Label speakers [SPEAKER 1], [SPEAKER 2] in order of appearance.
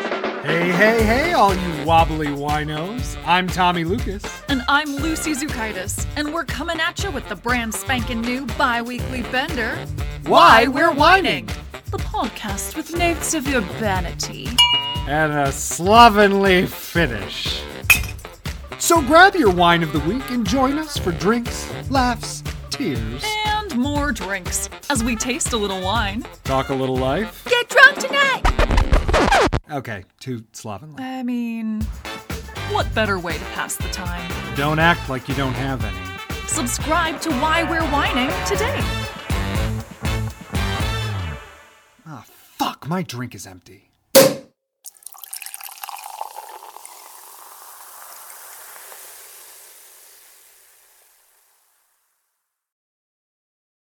[SPEAKER 1] Hey, hey, hey, all you wobbly winos. I'm Tommy Lucas.
[SPEAKER 2] And I'm Lucy Zukaitis, and we're coming at you with the brand spanking new bi weekly bender
[SPEAKER 1] Why We're Whining.
[SPEAKER 2] the podcast with notes of urbanity.
[SPEAKER 1] And a slovenly finish. So grab your wine of the week and join us for drinks, laughs, tears,
[SPEAKER 2] And more drinks as we taste a little wine.
[SPEAKER 1] talk a little life.
[SPEAKER 2] Get drunk tonight!
[SPEAKER 1] Okay, too slovenly.
[SPEAKER 2] I mean, what better way to pass the time?
[SPEAKER 1] Don't act like you don't have any.
[SPEAKER 2] Subscribe to Why We're Whining today.
[SPEAKER 1] Fuck, my drink is empty.